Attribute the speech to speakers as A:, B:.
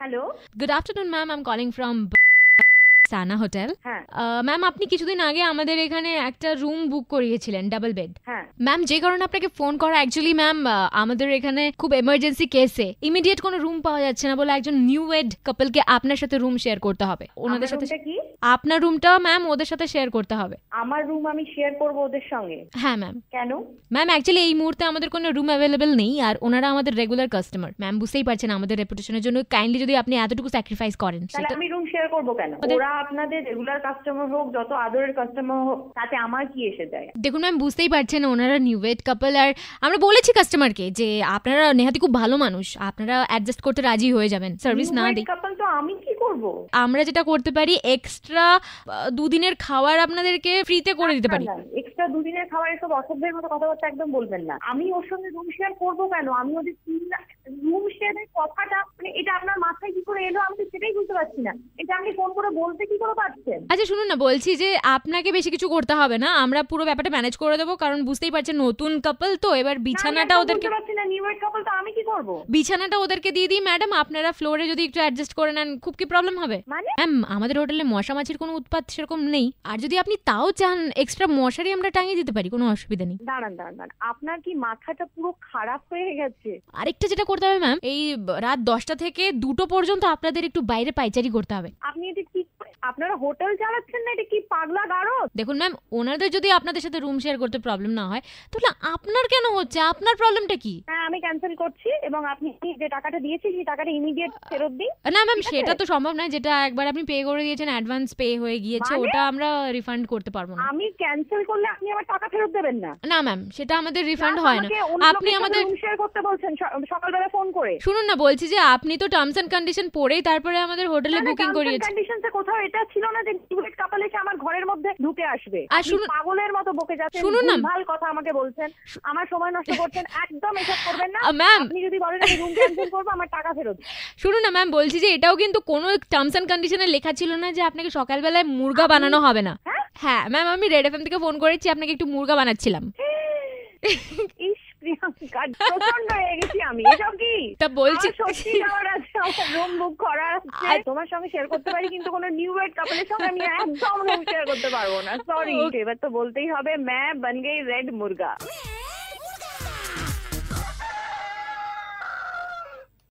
A: Hello
B: good afternoon ma'am I am calling from Sana hotel
A: হ্যাঁ
B: ma'am Uh, আপনি কিছুদিন আগে আমাদের এখানে একটা রুম বুক করিয়েছিলেন ডাবল বেড
A: হ্যাঁ
B: ম্যাম যে কারণে আপনাকে ফোন করা অ্যাকচুয়ালি ম্যাম আমাদের এখানে খুব এমার্জেন্সি কেসে ইমিডিয়েট কোনো রুম পাওয়া যাচ্ছে না বলে একজন নিউ ওয়েড কাপলকে আপনার সাথে রুম শেয়ার করতে হবে ওনাদের
A: আমার
B: সাথে
A: roomটা কি
B: আপনার রুমটা ম্যাম ওদের সাথে শেয়ার করতে হবে
A: আমার রুম আমি শেয়ার করব ওদের সঙ্গে
B: হ্যাঁ ম্যাম
A: কেন
B: ম্যাম অ্যাকচুয়ালি এই মুহূর্তে আমাদের কোনো রুম অ্যাভেলেবেল নেই আর ওনারা আমাদের রেগুলার কাস্টমার ম্যাম বুঝতেই পারছেন আমাদের রেপুটেশনের জন্য কাইন্ডলি যদি আপনি এতটুকু স্যাক্রিফাইস করেন
A: তাহলে
B: সেটা-
A: আমি রুম শেয়ার করব কেন
B: ওদের-
A: ওরা আপনাদের রেগুলার কাস্টমার হোক যত আদরের কাস্টমার হোক তাতে আমার কি এসে যায়
B: দেখুন ম্যাম বুঝতেই পারছেন ওনারা নিউ ওয়েড কাপল আর আমরা বলেছি কাস্টমারকে যে আপনারা নেহাতি খুব ভালো মানুষ আপনারা অ্যাডজাস্ট করতে রাজি হয়ে যাবেন সার্ভিস না দিই
A: কাপল তো আমি কি করব
B: আমরা যেটা করতে পারি এক্সট্রা দুদিনের খাবার আপনাদেরকে ফ্রিতে করে দিতে পারি
A: এক্সট্রা দুদিনের খাবার এসব অসভ্যের মতো কথাবার্তা একদম বলবেন না আমি ওর সঙ্গে রুম শেয়ার করব কেন আমি ওদের রুম শেয়ারের কথাটা মানে এটা আপনার মাথায় কি করে এলো আমি তো সেটাই বুঝতে পারছি না এটা আপনি ফোন করে বলতে কি করে পারছেন
B: আচ্ছা শুনুন না বলছি যে আপনাকে বেশি কিছু করতে হবে না আমরা পুরো ব্যাপারটা ম্যানেজ করে দেবো কারণ বুঝতেই পারছেন নতুন কাপল তো এবার বিছানাটা ওদেরকে
A: পারছি না নিউ ইয়ার কাপল তো আমি কি করব
B: বিছানাটা ওদেরকে দিয়ে দিই ম্যাডাম আপনারা ফ্লোরে যদি একটু অ্যাডজাস্ট করে নেন খুব কি প্রবলেম হবে
A: মানে
B: ম্যাম আমাদের হোটেলে মশা মাছির কোনো উৎপাত সেরকম নেই আর যদি আপনি তাও চান এক্সট্রা মশারি আমরা টাঙিয়ে দিতে পারি কোনো অসুবিধা নেই
A: দাঁড়ান দাঁড়ান দাঁড়ান আপনার কি মাথাটা পুরো খারাপ হয়ে গেছে
B: আরেকটা যেটা করতে হবে ম্যাম এই ব- রাত দশটা থেকে দুটো পর্যন্ত আপনাদের একটু বাইরে পাইচারি করতে হবে
A: আপনি এটা কি আপনারা হোটেল চালাচ্ছেন না এটা কি পাগলা গারদ
B: দেখুন ম্যাম ওনাদের যদি আপনাদের সাথে রুম শেয়ার করতে প্রবলেম না হয় তাহলে আপনার কেন হচ্ছে আপনার প্রবলেমটা কি
A: হ্যাঁ আমি ক্যান্সেল করছি এবং আপনি যে টাকাটা দিয়েছি সেই টাকাটা ইমিডিয়েট ফেরত দিন
B: না ম্যাম
A: ঠিক আছে।
B: সেটা তো সম্ভব নয় যেটা একবার আপনি পে করে দিয়েছেন অ্যাডভান্স পে হয়ে গিয়েছে
A: মানে?
B: ওটা আমরা রিফান্ড করতে পারবো না
A: আমি ক্যান্সেল করলে আপনি আমার টাকা ফেরত দেবেন না
B: না ম্যাম সেটা আমাদের রিফান্ড হয় না আপনি আমাদের
A: শেয়ার করতে বলছেন স- সকালবেলা ফোন করে
B: শুনুন না বলছি যে আপনি তো টার্মস এন্ড কন্ডিশন পড়েই তারপরে আমাদের হোটেলে বুকিং করিয়েছেন
A: কন্ডিশনসে কোথাও এটা ছিল না যে ডিভোর্স কাপল এসে আমার ঘরের মধ্যে ঢুকে আসবে
B: আর
A: আপনি
B: শুনুন-
A: পাগলের মতো বকে যাচ্ছেন
B: শুনুন না-
A: ভাল কথা আমাকে বলছেন আমার সময় নষ্ট করছেন একদম এসব করবেন না
B: ম্যাম
A: আপনি যদি বলেন আমি রুম ক্যান্সেল করবো আমার টাকা ফেরত দিন।
B: শুনুন না ম্যাম বলছি যে এটাও কিন্তু কোনো টার্মস এন্ড কন্ডিশনে লেখা ছিল না যে আপনাকে সকালবেলায় মুরগা বানানো হবে না
A: হ্যাঁ?
B: হ্যাঁ ম্যাম আমি রেড এফএম থেকে ফোন করেছি আপনাকে একটু মুরগা বানাচ্ছিলাম
A: ইস প্রিয়াঙ্কা প্রচন্ড হয়ে গেছি আমি এসব কি
B: তা বলছি
A: আমার সত্যি যাওয়ার আছে আমার রুম বুক করা আছে
B: আর-
A: তোমার সঙ্গে শেয়ার করতে পারি কিন্তু কোনো নিউ ওয়েড কাপলের সঙ্গে আমি একদম রুম শেয়ার করতে পারবো না সরি
B: Okay.
A: এবার তো বলতেই হবে ম্যা বন গই রেড মুরগা